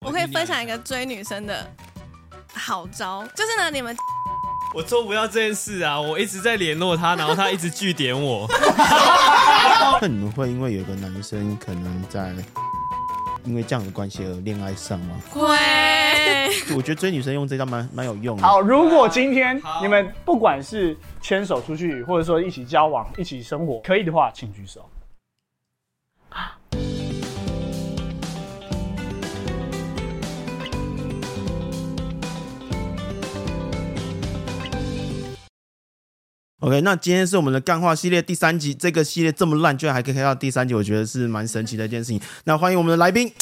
可以分享一个追女生的好招，就是呢，你们我做不到这件事啊！我一直在联络他，然后他一直拒点我。那你们会因为有个男生可能在因为这样的关系而恋爱上吗？会 我觉得追女生用这招蛮蛮有用的。好，如果今天好你们不管是牵手出去，或者说一起交往、一起生活，可以的话，请举手。 OK，那今天是我们的干话系列第三集，这个系列这么烂，居然还可以开到第三集，我觉得是蛮神奇的一件事情。那欢迎我们的来宾，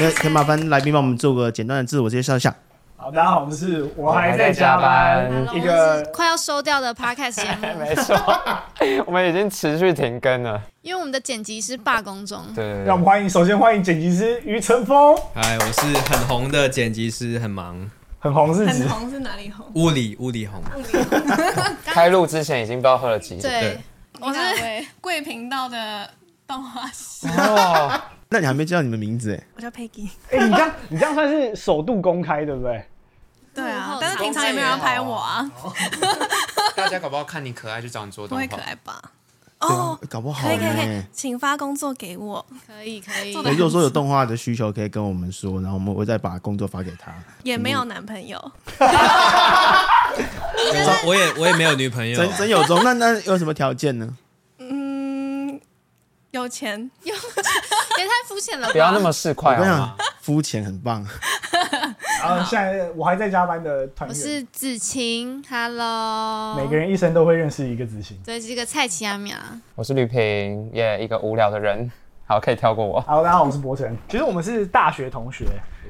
那可以麻烦来宾帮我们做个简单的自我介绍一下。好，大家好，我们是我还还在在加加班班，一是个快要收掉的 podcast 节目，没错， 我们已经持续停更了。 因为我们的剪辑师罢工中。对对对，让我们欢迎，首先欢迎剪辑师于晨峰，哎，我是很红的剪辑师，很忙，很红日很。子红是哪里红？物理物理红。 开录之前已经不知道喝了几点。对，我是哪位贵频道的动画师，哦，那你还没介绍你们名字哎？我叫 Peggy。 哎、你这样，你这样算是首度公开，对不对？对啊嗯，但是平常也没有人拍我啊，大家搞不好看你可爱就找你做不动会可画。爱吧？对哦啊，，搞不好可以可以可以呢，。请发工作给我，可以可以做，得如果说有动画的需求，可以跟我们说，然后我们会再把工作发给他。也没有男朋友，我也我也没有啊女朋友真。真有中，那那有什么条件呢？嗯，有钱，也太肤浅了吧？不要那么市侩我跟你好讲吗？，肤浅很棒。 然后现在我还在加班的团我员，是子晴，Hello。每个人一生都会认识一个子欣。对，这个蔡奇阿米啊，我是绿萍，耶、一个无聊的人。好，可以跳过我。好，大家好，我是博成。嗯其实我们是大学同学，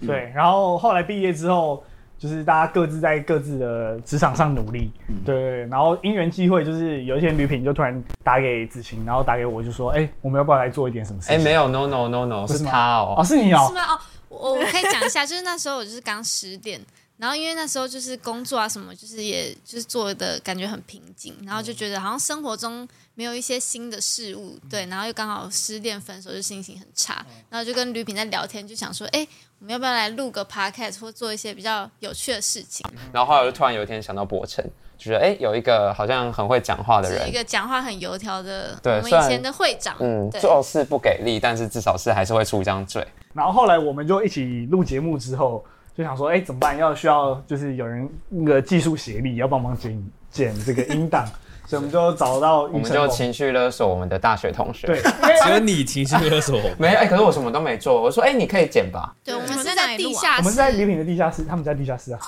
对，然后后来毕业之后，就是大家各自在各自的职场上努力，对对对。然后因缘际会，就是有一天吕品就突然打给子晴，然后打给我，就说：“哎、我们要不要来做一点什么事哎、情？”没有，no no no no，是吗他哦，哦。是你是哦，吗？哦，我我可以讲一下，就是那时候我就是刚十点，然后因为那时候就是工作啊什么，就是也就是做的感觉很平静，然后就觉得好像生活中没有一些新的事物，对，然后又刚好失恋分手，就心情很差，然后就跟吕品在聊天，就想说，哎，我们要不要来录个 podcast 或做一些比较有趣的事情？然后后来我就突然有一天想到博成，就觉得哎、有一个好像很会讲话的是一人，个讲话很油条的，对我们虽然以前的会长，嗯，对，做事不给力，但是至少是还是会出一张嘴。然后后来我们就一起录节目之后，就想说，哎、怎么办？要需要就是有人那个技术协力，要帮忙剪剪这个音档，所以我们就找到我余们承就峰。情绪勒索我们的大学同学。对，，因为只有你情绪勒 索我，没有哎、可是我什么都没做。我说哎、你可以剪吧，对，我们你是们在哪在里地录啊下室，我们是在礼品的地下室，他们在地下室啊。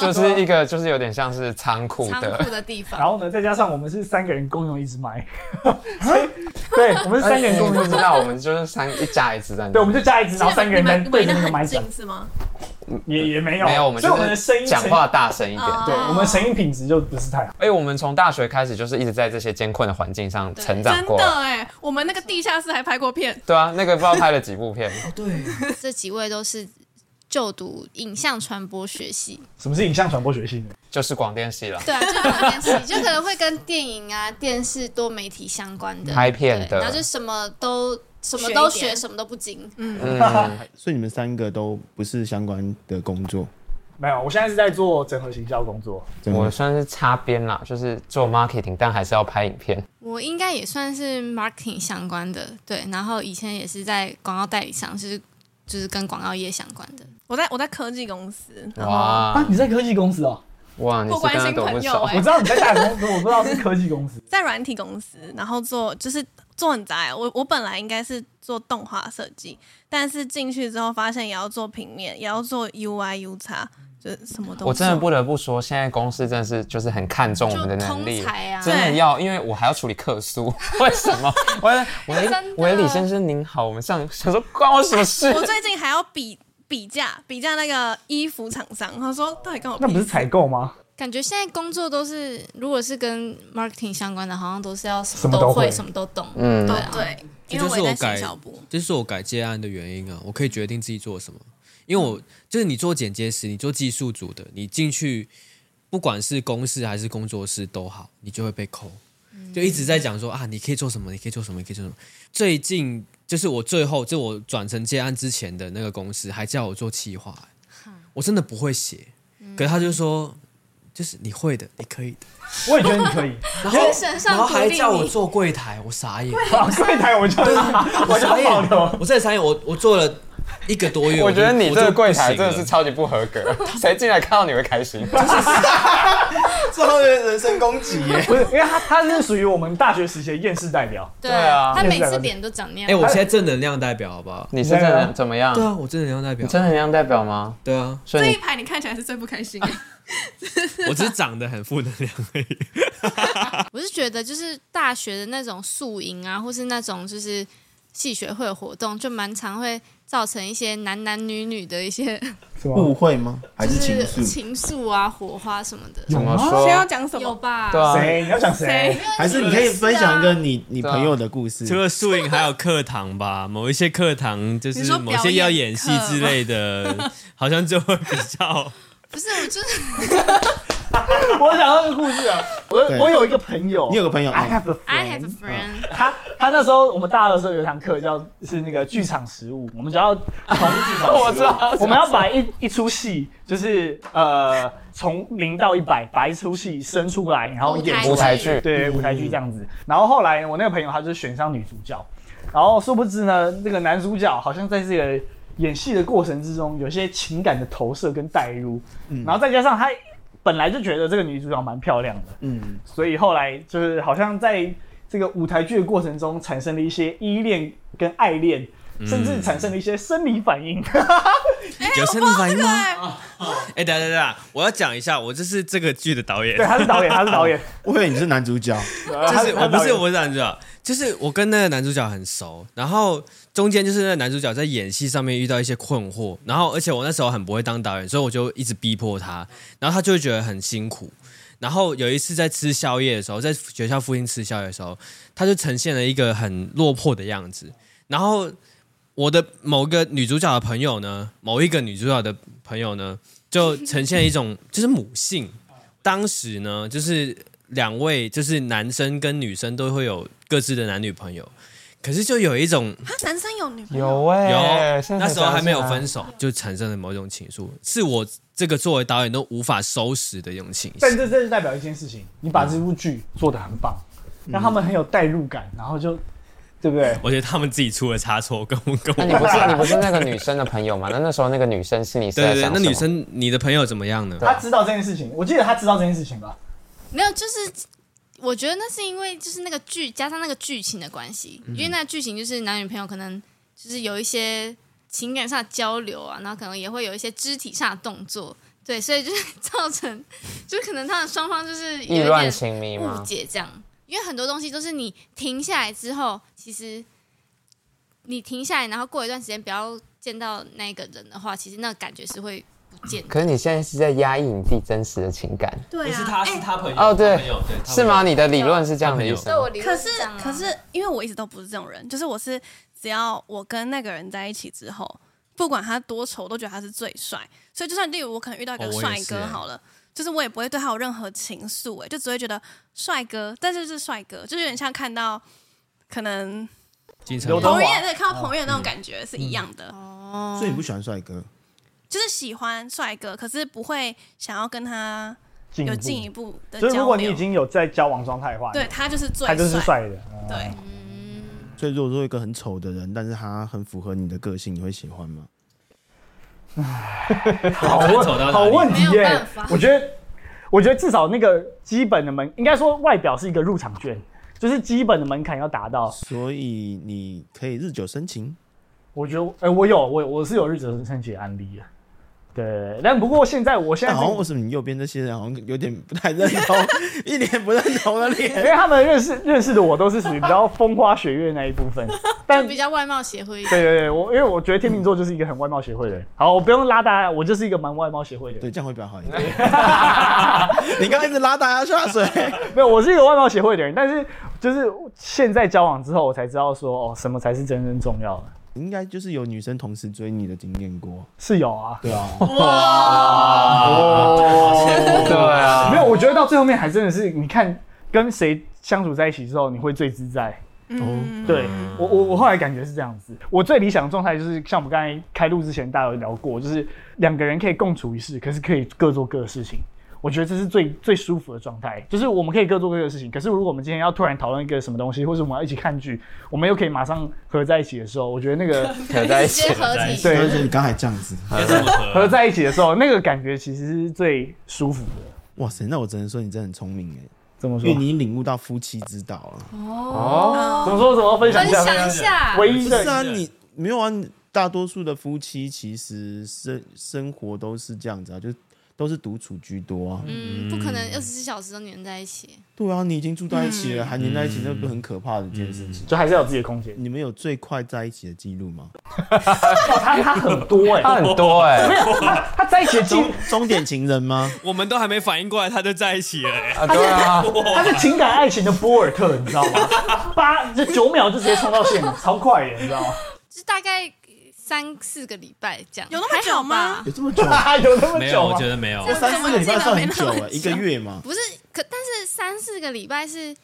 就是一个就是有点像是仓库仓的库的地方然。后呢，再加上我们是三个人共用一支麦，所以 对，我们是三个人你共不用一知支，道，我们就是三一家一直在那。对，我们就加一支，然后三个人在你们对着你那们个麦很讲，近是吗？也也没有，没有，我们所以我们就的声是音讲话，大声一点。哦对，我们声音品质就不是太好。哎，我们从大学开始就是一直在这些艰困的环境上成长真过。的哎，我们那个地下室还拍过片，对啊，那个不知道拍了几部片，这几位都是就读影像传播学系，什么是影像传播学系呢？就是广电系了，对啊， 就是广电系，就可能会跟电影啊、电视多媒体相关的拍片对然后就嗯的。什么都什么都学一点学，什么都不精。嗯，所以你们三个都不是相关的工作，没有，我现在是在做整合行销工作，真我的算是擦边啦，就是做 marketing，但还是要拍影片。我应该也算是 marketing 相关的，对，然后以前也是在广告代理商，就是就是跟广告业相关的。嗯我在我在科技公司，啊哇，你在科技公司哦？哇，你哦不关是跟他心都不朋友熟哎、我知道你在大学公司，我不知道是科技公司。在软体公司，然后做就是做很杂欸。我我本来应该是做动画设计，但是进去之后发现也要做平面，也要做 UI、U 叉，就是什么都我真的做不得不说，现在公司真的是就是很看重我们的能力，就通才啊真的要，因为我还要处理客诉。 为什么？喂喂喂，李先生您好，我们上想说关我什么事？我最近还要比比价，比价那个衣服厂商，他说到底跟我 那不是屁事采购吗？感觉现在工作都是，如果是跟 marketing 相关的，好像都是要什什么么都都会会，什么都懂。嗯对，啊，对，这因为就是我我也在改新小部，这是我改接案的原因啊，我可以决定自己做什么。因嗯为我就是你做剪接师，你做技术组的，你进去不管是公司还是工作室都好，嗯你就会被扣，就一直在讲说啊，你可以做什么，你可以做什么，你可以做什么。最近就是我最后就我转成接案之前的那个公司还叫我做企划、我真的不会写，嗯可是他就说就是你会的，你可以的，我也觉得你 可以。然后精神然上后鼓还励叫我你，做柜台，我傻眼，啊柜台我就 我我就傻爆眼头，，我这傻眼，我我做了一个多月，我觉得你就这个柜我台就不行真的了是超级不合格， 谁进来看到你会开心？最后的人身攻击耶。不是，因为他他是属于我们大学时期的厌世代表。对对啊他每次脸都长那哎，样。我现在正能量代表好不好？你是真的怎么样对？啊，我正能量代表你，真的能量代表吗？对啊，所以这一你排你看起来是最不开心的。我只是长得很负能量而已。我是觉得就是大学的那种宿营啊，或是那种就是系学会的活动，就蛮常会造成一些男男女女的一些是吗？误会吗？还是情就是愫？情愫啊、火花什么的，怎么哦需要说？讲什有么？吧？对啊，谁？你要讲谁谁？还是你可以分享一个你你对啊朋友的故事？除了宿营，还有课堂 吧，某一些课堂就你是说某表些要演演戏课之类 的，好像就会比较不是，我就是我想到一个故事啊，我对我有一个朋友，你有个朋友哎哦 I have a I have a friend， friend，他他那时候我们大二的时候有一堂课叫是那个剧场食物，我们只要从 我知道，我们要把一一出戏，就是呃从零到一百，把一出戏生出来，然后演出来舞台剧对舞台剧这样子。然后后来我那个朋友他就选上女主角，然后殊不知呢，那个男主角好像在这个演戏的过程之中，有些情感的投射跟代入，嗯然后再加上他本来就觉得这个女主角蛮漂亮的，嗯，所以后来就是好像在这个舞台剧的过程中产生了一些依恋跟爱恋。嗯甚至产生了一些生理 反应，哎有生理反应吗？哎，等等等，我要讲一下，我就是这个剧的导演对，，他是导演，他是导演，我以为你是男主角，就 就是我不是我是男主角，就是我跟那个男主角很熟，然后中间就是那个男主角在演戏上面遇到一些困惑，然后而且我那时候很不会当导演，所以我就一直逼迫他，然后他就会觉得很辛苦。然后有一次在吃宵夜的时候，在学校附近吃宵夜的时候，他就呈现了一个很落魄的样子。然后我的某个女主角的朋友呢，某一个女主角的朋友呢，就呈现一种就是母性。当时呢，就是两位就是男生跟女生都会有各自的男女朋友，可是就有一种他啊男生有女朋友，有哎、有、欸现在那才时候还没有想起来分手，就产生了某种情愫，是我这个作为导演都无法收拾的一种情但绪。这这代表一件事情，你把这部剧做得很棒，嗯让他们很有代入感，然后就对不对？我觉得他们自己出了差错，跟我跟 那我你不是你不是那个女生的朋友吗？那那时候那个女生心里是对在对对，想那什么女生你的朋友怎么样呢？他知道这件事情，我记得他知道这件事情吧？没有，就是我觉得那是因为就是那个剧加上那个剧情的关系，因为那个剧情就是男女朋友可能就是有一些情感上的交流啊，然后可能也会有一些肢体上的动作，对，所以就是造成 就可能他们双方就是有意一乱点情迷误吗？解这样，因为很多东西都是你停下来之后，其实你停下来，然后过一段时间不要见到那个人的话，其实那个感觉是会不见的。可是你现在是在压抑你自己真实的情感对啊，哎他朋友哦，对，他是吗？你的理论是这样的意思吗？理可是可是，因为我一直都不是这种人，就是我是只要我跟那个人在一起之后，不管他多丑，我都觉得他是最帅。所以就算例如我可能遇到一哦个我也帅是欸哥好了，就是我也不会对他有任何情愫、欸，哎，就只会觉得帅哥，但是是帅哥，就是有点像看到可能金城刘武德彭华于晏对看到彭于晏那种感觉是一样的，嗯哦所以你不喜欢帅哥，就是喜欢帅哥，可是不会想要跟他进一有步进一步的所以如交果你流已。经有在交往状态的话，对，他就是最他就是帅，帅的。嗯对。所以如果说一个很丑的人，但是他很符合你的个性，你会喜欢吗？好看丑到哪里问好问题没有耶办法！我觉得，我觉得至少那个基本的门，应该说外表是一个入场券，就是基本的门槛要达到。所以你可以日久生情。我觉得，哎、我有，我我是有日子升级的案例的。对，但不过现在，我现在啊但这好个像为什么你右边这些人好像有点不太认 同，一脸不认同的因脸？为他们认识认识的我都是属于比 较风花雪月那一部分，但就比较外貌协会一点。对对对，我因为我觉得天秤座就是一个很外貌协会的人。好，我不用拉大家，我就是一个蛮外貌协会的人。对，这样会比较好一 点。你刚刚一直拉大家下水，没有，我是一个外貌协会的人，但是就是现在交往之后，我才知道说哦，什么才是真正重要的。应该就是有女生同时追你的经验过。是有啊，哦对啊，对啊，没有，我觉得到最后面还真的是，你看跟谁相处在一起之后，你会最自在。嗯，对我我我后来感觉是这样子，我最理想的状态就是像我们刚才开录之前大家有聊过，就是两个人可以共处一室，可是可以各做各的事情。我觉得这是最最舒服的状态，就是我们可以各做各的事情。可是如果我们今天要突然讨论一个什么东西，或者我们要一起看剧，我们又可以马上合在一起的时候，我觉得那个 合在一直接起，合体，对而且你刚才这样子，合在一起的时候，那个感觉其实是最舒服的。哇塞，那我只能说你真的很聪明哎，怎么因说为？你领悟到夫妻之道啊了。怎么说？怎么分享分一下？享一啊下，唯不一是的啊，你没有啊？你大多数的夫妻其实生生活都是这样子啊，就都是独处居多啊。嗯，不可能二十四小时都黏在一起。对啊，你已经住在一起了，还黏在一起，那不是很可怕的一件事情？就还是要有自己的空间。你们有最快在一起的记录 吗？哦，他他很多哎、他很多哎、他在一起的情，终点情人吗？我们都还没反应过来，他就在一起了、欸。啊，对啊，他是情感爱情的博尔特，你知道吗？八这九秒就直接冲到线，超快的，你知道吗？就大概三四个礼拜这样，有那么久吗还好吧？ 有这么久？ 有那么没有，久我吗觉？得没有。三四个礼拜算很久基本上没那哎，么久一个月嘛。不是，可但是三四个礼拜是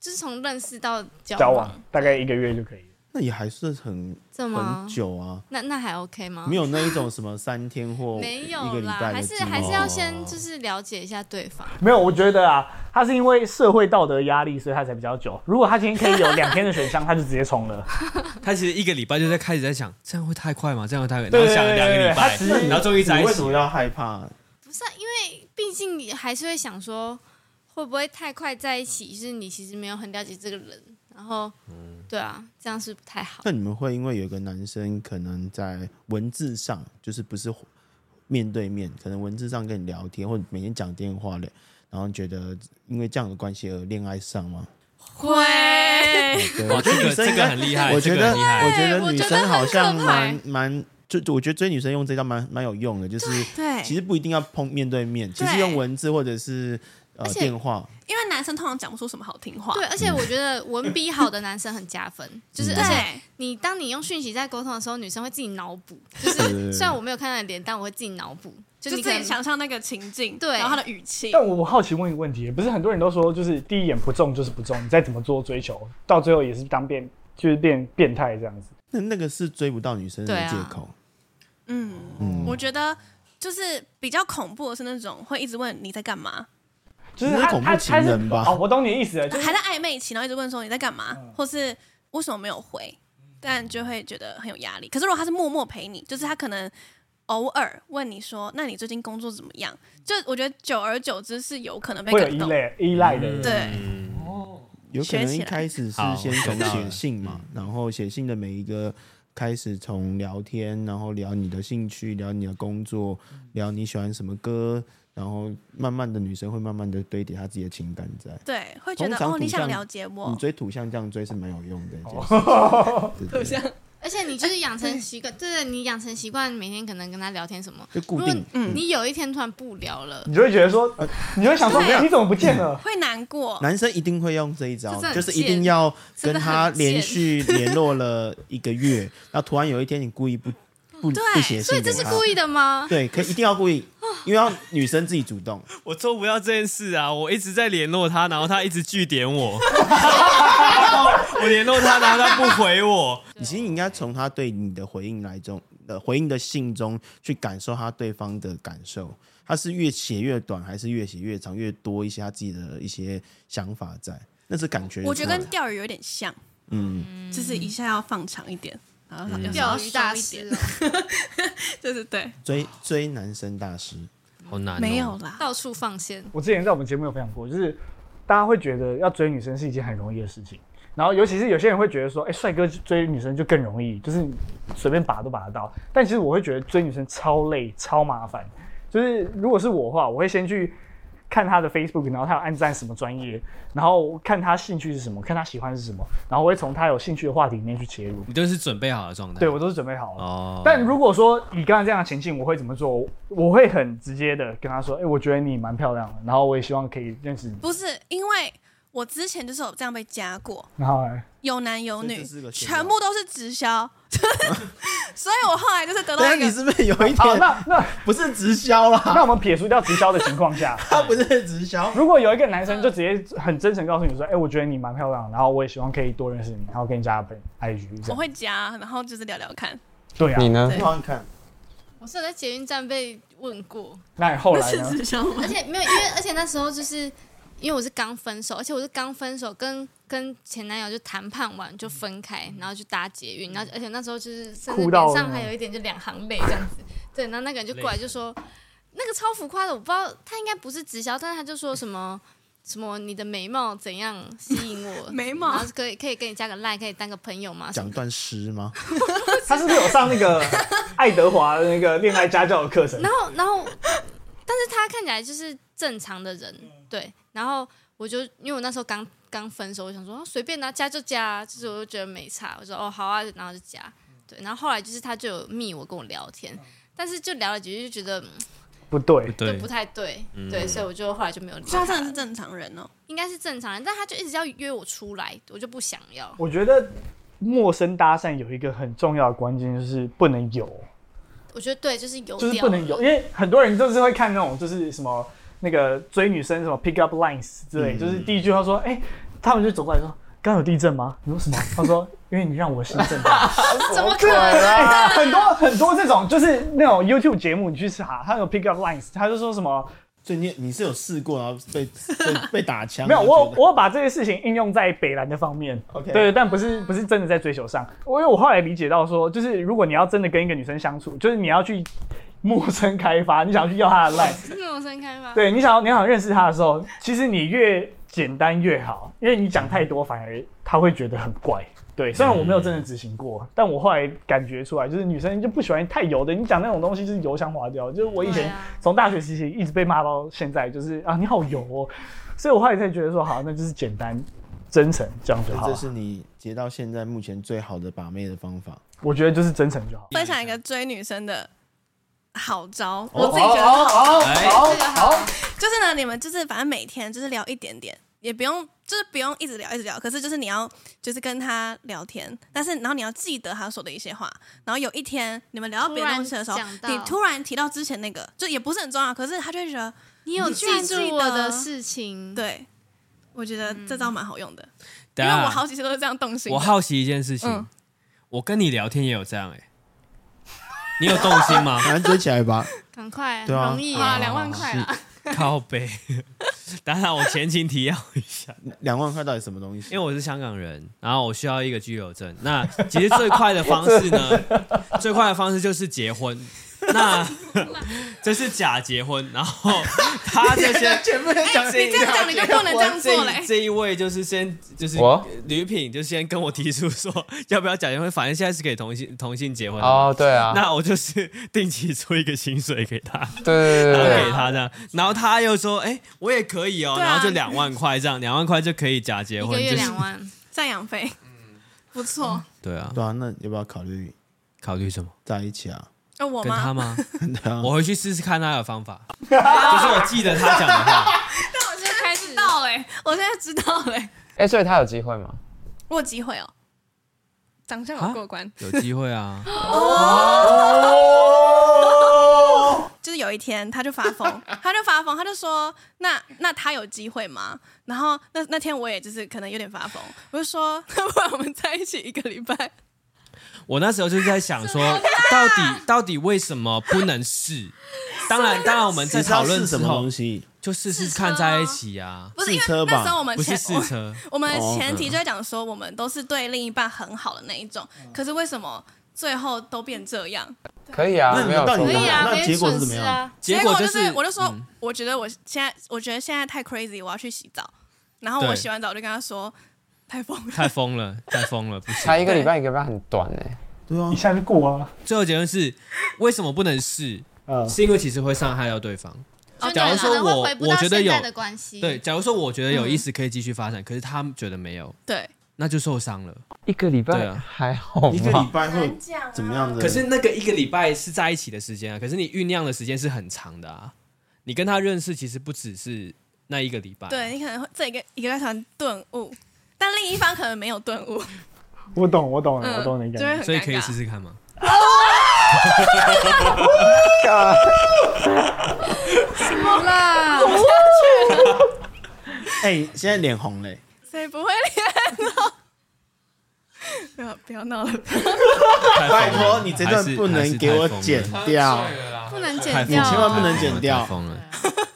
就是从认识到交交往大概一个月就可以了。那也还是很这很么久啊，那那还 OK 吗？没有那一种什么三天或 没一个有礼啦，拜还的是经哦还是历要先就是了解一下对方。没有，我觉得啊，他是因为社会道德压力，所以他才比较久。如果他今天可以有两天的选项，他就直接冲了。他其实一个礼拜就在开始在想，这样会太快吗？这样会太快？对然后想了两个礼对对对他拜其，实然后终于在你一为起什。么要害怕？不是、啊，因为毕竟你还是会想说，会不会太快在一起？就是你其实没有很了解这个人，然后，嗯对啊，这样是不太好。那你们会因为有个男生可能在文字上就是不是面对面，可能文字上跟你聊天，或者每天讲电话嘞，然后觉得因为这样的关系而恋爱上吗？会，哇，对，我觉哦这得女个生这个应该很厉害，我哎觉这个得，很厉害。我觉对得我女觉得生好像很可怕蛮蛮，就就我觉得追女生用这招蛮蛮有用的，就是对其实不一定要碰面对面，其实对用文字或者是呃而且电话，因为男生通常讲不出什么好听话。对，而且我觉得文笔好的男生很加分，就是而且嗯对，你当你用讯息在沟通的时候，女生会自己脑补，就对对对是虽然我没有看到你的脸，但我会自己脑补，就就你自可己能想象那个情境，对然后他的语气，但我我好奇问一个问题，不是很多人都说，就是第一眼不中就是不中，你再怎么做追求，到最后也是当变就是变变态这样子。那那个是追不到女生的对啊借口。嗯，我觉得就是比较恐怖的是那种会一直问你在干嘛，就是那是他恐怖他情他是人吧哦，我懂你的意思了，就是还在暧昧期，然后一直问说你在干嘛，或是为什么没有回，但就会觉得很有压力。可是如果他是默默陪你，就是他可能偶尔问你说，那你最近工作怎么样？就我觉得久而久之是有可能被会有感依动，赖依赖的人。对，有可学能起一来开始是好先学从到写了嗯信嘛，然后写信的每一个开始从聊天，然后聊你的兴趣，聊你的工作，嗯聊你喜欢什么歌，然后慢慢的女生会慢慢的堆叠她自己的情感在。对，会觉通得常哦，你土象想了解你我，追土象这样追是蛮有用的一件事哦 对对土对，象而且你就是养成习惯，对对，你养成习惯，每天可能跟他聊天什么。就如固果定。你有一天突然不聊了，你就会觉得说，呃你就会想说，对你怎么不见了？会难过，男生一定会用这一招这真的，很就是一定要跟真的很他连贱续联络了一个月，然后突然有一天你故意不不不对写哎所信以给这是他，故意的 吗？对，可以一定要故意，因为要女生自己 主动。我做不到这件事啊！我一直在联络他，然后他一直拒点我。我联络他，然后他不回我。你其实应该从他对你的回应来中，呃，回应的信中去感受他对方的感受。他是越写越短，还是越写越长，越多一些他自己的一些想法在？那是感觉出来。我觉得跟钓鱼有点像，嗯，就是一下要放长一点，然后有嗯时候钓要鱼大 收一师点，哦，就是对，追追男生大 师，好难、哦没有。 啦，到处放线。我之前在我们节目有分享过，就是大家会觉得要追女生是一件很容易的事情，然后尤其是有些人会觉得说，哎、帅哥追女生就更容易，就是你随便拔都拔得到。但其实我会觉得追女生超累、超麻烦。就是如果是我的话，我会先去看他的 Facebook，然后他有按赞什么专业，然后看他兴趣是什么，看他喜欢是什么，然后我会从他有兴趣的话题里面去切入。你都是准备好的状态。对我都是准备好了。哦，但如果说以刚才这样的情境，我会怎么做？我我会很直接的跟他说：“哎、我觉得你蛮漂亮的，然后我也希望可以认识你。不是因为我之前就是有这样被加过，然后嘞有男有这女这是个，闲聊全部都是直销， 所以我后来就是得等一到下一个啊你是不是有一好，点那那不是直 销啦？那我们撇除掉直销的情况下，他不是直销，如果有一个男生就直接很真诚告诉你说，哎、我觉得你蛮漂亮的，然后我也希望可以多认识你，然后跟你加个 IG 我这样。会加，然后就是聊聊看。对啊你，呢？对好像看我是有在捷运站被问过，那你后来呢？销吗 而且没有，因为而且那时候就是因为我是刚分手，而且我是刚分手，跟跟前男友就谈判完就分开，然后就搭捷运，然后而且那时候就是甚至哭到脸了上还有一点就两行泪这样子。对，然后那个人就过来就说，那个超浮夸的，我不知道他应该不是直销，但是他就说什么。什么？你的眉毛怎样吸引我？眉毛然后可以可以跟你加个 line，可以当个朋友吗？什讲么段诗吗？他是不是有上 那个爱德华的那个恋爱家教的课程？然后，然后，但是他看起来就是正常的人，嗯对。然后我就因为我那时候刚刚分手，我想说、哦随便拿、加就加啊，就是我就觉得没差，我说哦好啊，然后就加。嗯对，然后后来就是他就有密我跟我聊天，但是就聊了几句就觉得嗯不对，就对不，太对，嗯对，所以我就后来就没有聊所以他他了。真的是正常人哦，应该是正常人，但他就一直要约我出来，我就不想要。我觉得陌生搭讪有一个很重要的关键就是不能有，我觉得对，就是有啊就是掉不能了有，因为很多人就是会看那种就是什么那个追女生什么 pick up lines 之类，就是第一句话说，哎、他们就走过来说。刚有地震吗？你说什么？他说，因为你让我心震荡。怎么可能？ 哎很多很多这种，就是那种 YouTube 节目，你去查，他有 pick up lines，他就说什么所以你你是有试过，然后被 被被打枪？没有，你就觉我得我把这个事情应用在北兰的方面 OK 对，但不是不是真的在追求上。我因为我后来理解到说，就是如果你要真的跟一个女生相处，就是你要去陌生开发，你想要去要她的 line， 那种分开吧。对你想要你想认识她的时候，其实你越简单越好，因为你讲太多反而她会觉得很怪。对，虽然我没有真的执行过，但我后来感觉出来，就是女生就不喜欢太油的。你讲那种东西就是油腔滑调，就是我以对前啊从大学时期一直被骂到现在，就是啊你好油哦，所以我后来才觉得说好，那就是简单、真诚这样就好这了。是你结到现在目前最好的把妹的方法。？我觉得就是真诚就好。分享一个追女生的好招，我自己觉得好这个好，就是呢，你们就是反正每天就是聊一点点，也不用就是不用一直聊一直聊，可是就是你要就是跟他聊天，但是然后你要记得他说的一些话，然后有一天你们聊到别的东西的时候突然，讲到你突然提到之前那个，就也不是很重要，可是他就会觉得你有你居记然住记我得的事情，对。我觉得这招蛮好用的，等因为下我好几次都是这样动心嗯啊的。我好奇一件事情，嗯我跟你聊天也有这样哎、你有动心吗 反正追起来吧，赶快，对啊容易好好啊，好两万块 啊。靠背， 当然我前情提要一下，两万块到底什么东西？因为我是香港人，然后我需要一个居留证。那 其实最快的方式 呢，最快的方式就是结婚。那 这是假结婚，然后 他这 些哎前面讲你这样讲你就不能这样做嘞 这。这一位就是先就是我吕品就先跟我提出说要不要假结婚，反正现在是可以同性同性结婚的嘛哦，对啊，那我就是定期出一个薪水给他，对对对啊然后对给对，他这样，然后他又说，哎、我也可以哦、对啊然后就两万块这样，两万块就可以假结一婚个，就月是两万，赡养费，嗯不错。对啊，对啊，那要不要考虑考虑什么？在一起啊？那哦我跟他吗？吗？ 对啊，我回去试试看他的方法，就是我记得他讲的话， 那我就开始知道哎、我现在知道哎、哎，所以他有机会吗？我有机会哦。长相有过关，有机会啊，就是有一天他就发疯，他就发疯，他就说：“那那他有机会吗？”然后那那天我也就是可能有点发疯，我就说：“ 那不然我们在一起一个礼拜。我那时候就是在想说，到底到底为什么不能试？当然，当然我们在你是要讨试论什之么后东，西？就试试看在一起啊”，不是因为试车吧那时候我们不是前试车，我们哦前提就在讲说我们都是对另一半很好的那一种，嗯可是为什么最后都变这样？可以哦啊那，你没们有到底错可以啊，那没结果是损怎么失样啊。结果就是我就说，嗯我觉得我现在我觉得现在太 crazy，我要去洗澡。然后我对洗完澡就跟他说太疯了，太疯了，太疯了，不行。才一个礼拜，一个礼拜很短哎。对啊一，下就过了，最后结论是，为什么不能试？嗯，是因为其实会伤害到对方。就假如你可说能会我回不我到觉得现在有的关系，对，，假如说我觉得有意思可以继续发展，可是他们觉得没有，对，那就受伤了。一个礼对拜啊还好一个礼吗？拜会讲、怎么样的？可是那个一个礼拜是在一起的时间啊，可是你酝酿的时间是很长的啊。你跟他认识其实不只是那一个礼拜。对你可能会这一个一个在团顿悟，但另一方可能没有顿悟，我懂，我懂，嗯，我懂你的就会感很所以可以尴试尬。试看吗？觉啊。啦，哎，现在脸红嘞，谁不会练 哦？不要不要闹了，拜托你这段不能给我剪掉，不能太疯了，剪掉你千万不啊。能剪掉太疯了。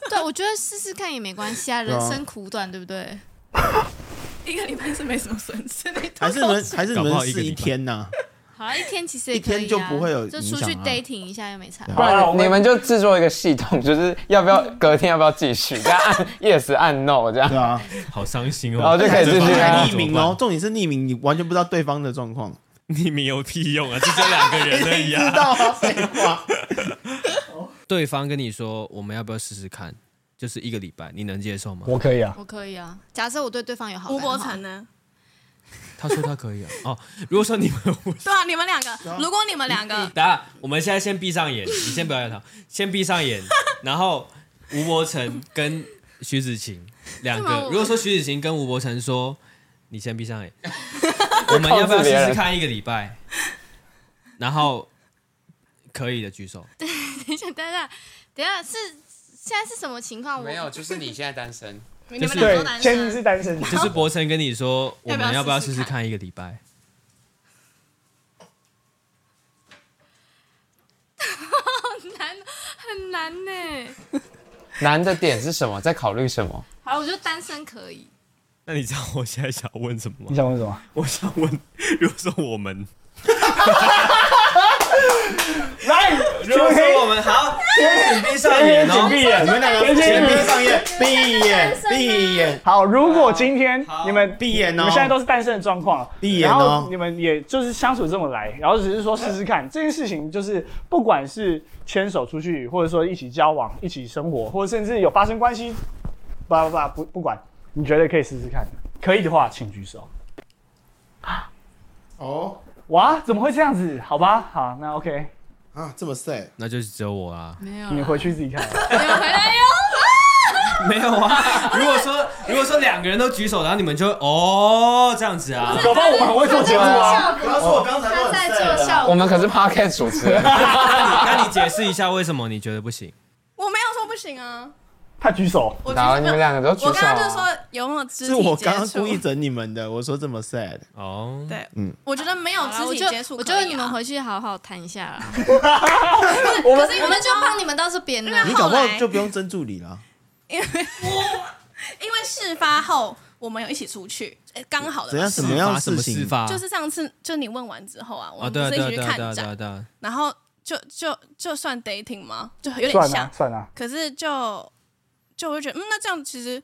对，我觉得试试看也没关系啊，对啊人生苦短，对不对？一个礼拜是没什么损失，你偷还是你们偷还是你搞不们好一个试礼拜一天呐？好了，一天其实也可以啊一天就不会有就出去影响啊啊 dating 一下又没差。不好啦啊我然们你们就制作一个系统，就是要不要隔天要不要继续，这样按 yes 按 no 这样对，啊，好伤心然后哦！就可以继续啊还。匿名哦，重点是匿名，你完全不知道对方的状况，你没有屁用啊，就这两个人而已 知啊。道啊，废话。对方跟你说我们要不要试试看，就是一个礼拜，你能接受吗？我可以啊，我可以啊，假设我对对方有好 感吴的话，伯承呢？他说他可以啊。哦，如果说你们不对啊，你们两个，如果你们两个 等下，我们现在先闭上眼，你先不要摇头，先闭上 眼，然后吴伯承跟徐子晴两干嘛个我，如果说徐子晴跟吴伯承说，你先闭 上眼，我们要不要试试看一个礼拜？然后可以的举手， 等一下，等一下，等一下，是现在是什么情况？我没有，就是你现在单身，你们两个都对，男前提是生，单身。就是伯承跟你说，我要不要们要不要试试试试看一个礼拜？难很难呢。难的点是什么？在考虑什么？好，我觉得单身可以。 那你知道我现在想问什么你吗？想问什么？我想问，如果说我们，来，如果全黑 说我们好，先请闭上眼请哦。闭眼，你们两个先闭上眼，闭眼，闭眼，好，如果今天你们闭眼你们现在哦，都是单身的状况，闭眼然哦后你们也就是相处这么来，然后只是说试试看这件事情，就是不管是牵手出去，或者说一起交往、一起生活，或者甚至有发生关系，不不不不管，你觉得可以试试看，可以的话请举手。哦，哇，怎么会这样子？好吧，好，那 OK，啊，这么 sad， 那就是只有我啊啦。没有你回去自己看。没有回来哟。没有啊。 如果说如果说两个人都举手，然后你们就哦这样子啊，搞不好我们很会做节目啊。不要说我刚才他在做效我果，们可是 podcast 主持 人，那你解释一下为什么你觉得不行？我没有说不行啊， 他举手，我然后就是你没有们两个都举我手刚刚就啊。说有没有肢是体接触？我刚刚故意整你们 的，我说这么 sad，哦，对，嗯我觉得没有肢我体就接触可我以啊，觉得你们回去好好谈一下 啦。我们我们就帮你们到这边了你。搞不好就不用争助理了。因为 因为事发后我们有一起出去，哎刚好的怎嘛事样什么样的什么事事情？发？就是上次就你问完之后啊，我啊，们不对啊，是对一啊，起去对啊，看对啊，对展啊，，对啊，然后就就就算 dating 吗？就有点算像了，算了，可是就就我就觉得，嗯，那这样其实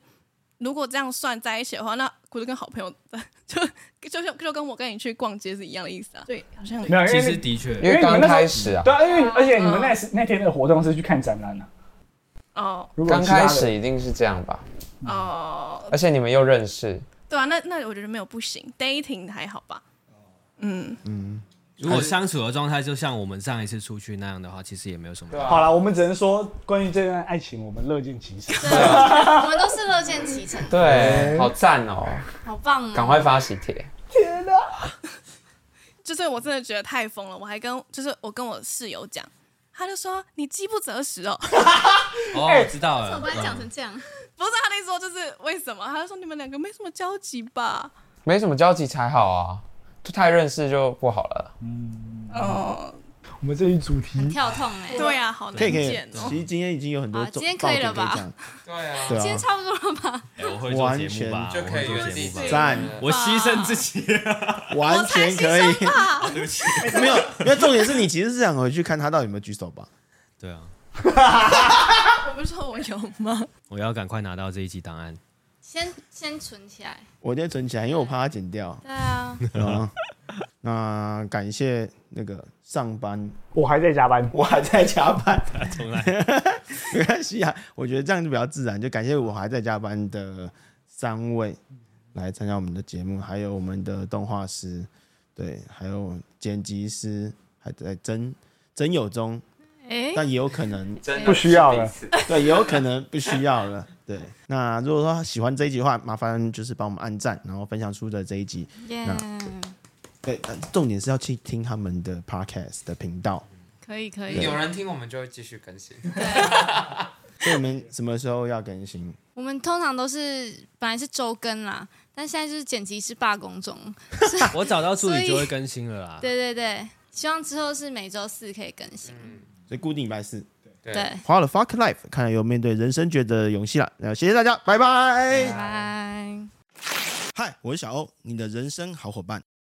如果这样算在一起的话，那不是跟好朋友 就就就就跟我跟你去逛街是一样的意思啊？对，好像没有，因其为实你的确因为刚开始啊，对啊，因为而且你们那时那天的活动是去看展览啊。哦如果刚其他开的始一定是这样吧，哦，而且你们又认识，对啊，那那我觉得没有不行，dating 还好吧？嗯，如果相处的状态就像我们上一次出去那样的话，其实也没有什么。好了，我们只能说关于这段爱情，我们乐见其成。对，啊我们都是乐见其成，对，好赞哦，好棒哦！赶快发喜帖。就是我真的觉得太疯了，我还跟就是我跟我室友讲，他就说你饥不择食哦，哦，我知道了我把你讲成嗯。这样，不是他那时候就是为什么？他就说你们两个没什么交集吧？没什么交集才好啊，就太认识就不好了。哦，我们这一主嗯题，跳痛哎。对啊，好难可以可以见，哦。其实今天已经有很多好种今天爆可以点了可以吧讲，对啊，对今天啊，差不多了吧？哎我会做节目吧，啊完我会做节目吧，赞我牺牲自己。完全可以。啊对不起。没有，因为重点是你其实是想回去看他到底有没有举手吧？对啊，我不是说我有吗？我要赶快拿到这一集档案。先先存起来。我先存起来，因为我怕他剪 掉。对啊，啊，那感谢那个上班，我还在加班。我还在加班， 重来。 没关系啊，我觉得这样就比较自然。就感谢我还在加班的三位来参加我们的节目，还有我们的动画师，对，还有剪辑师，还在真真有中，哎，但也有可能， 真不需要了是彼此对，也有可能不需要了。对，那如果说喜欢这一集的话，麻烦就是帮我们按赞，然后分享出的这一集。耶、对，呃重点是要去听他们的 podcast 的频道。可以可以，有人听我们就会继续更新。所以我们什么时候要更新？我们通常都是本来是周更啦，但现在就是剪辑师罢工中。我找到助理就所以会更新了啦。对对对，希望之后是每周四可以更新。嗯所以固定礼拜四。对对，花了 fuck life，看来有面对人生觉得勇气了。那谢谢大家，拜拜。拜拜。嗨，我是小欧，你的人生好伙伴。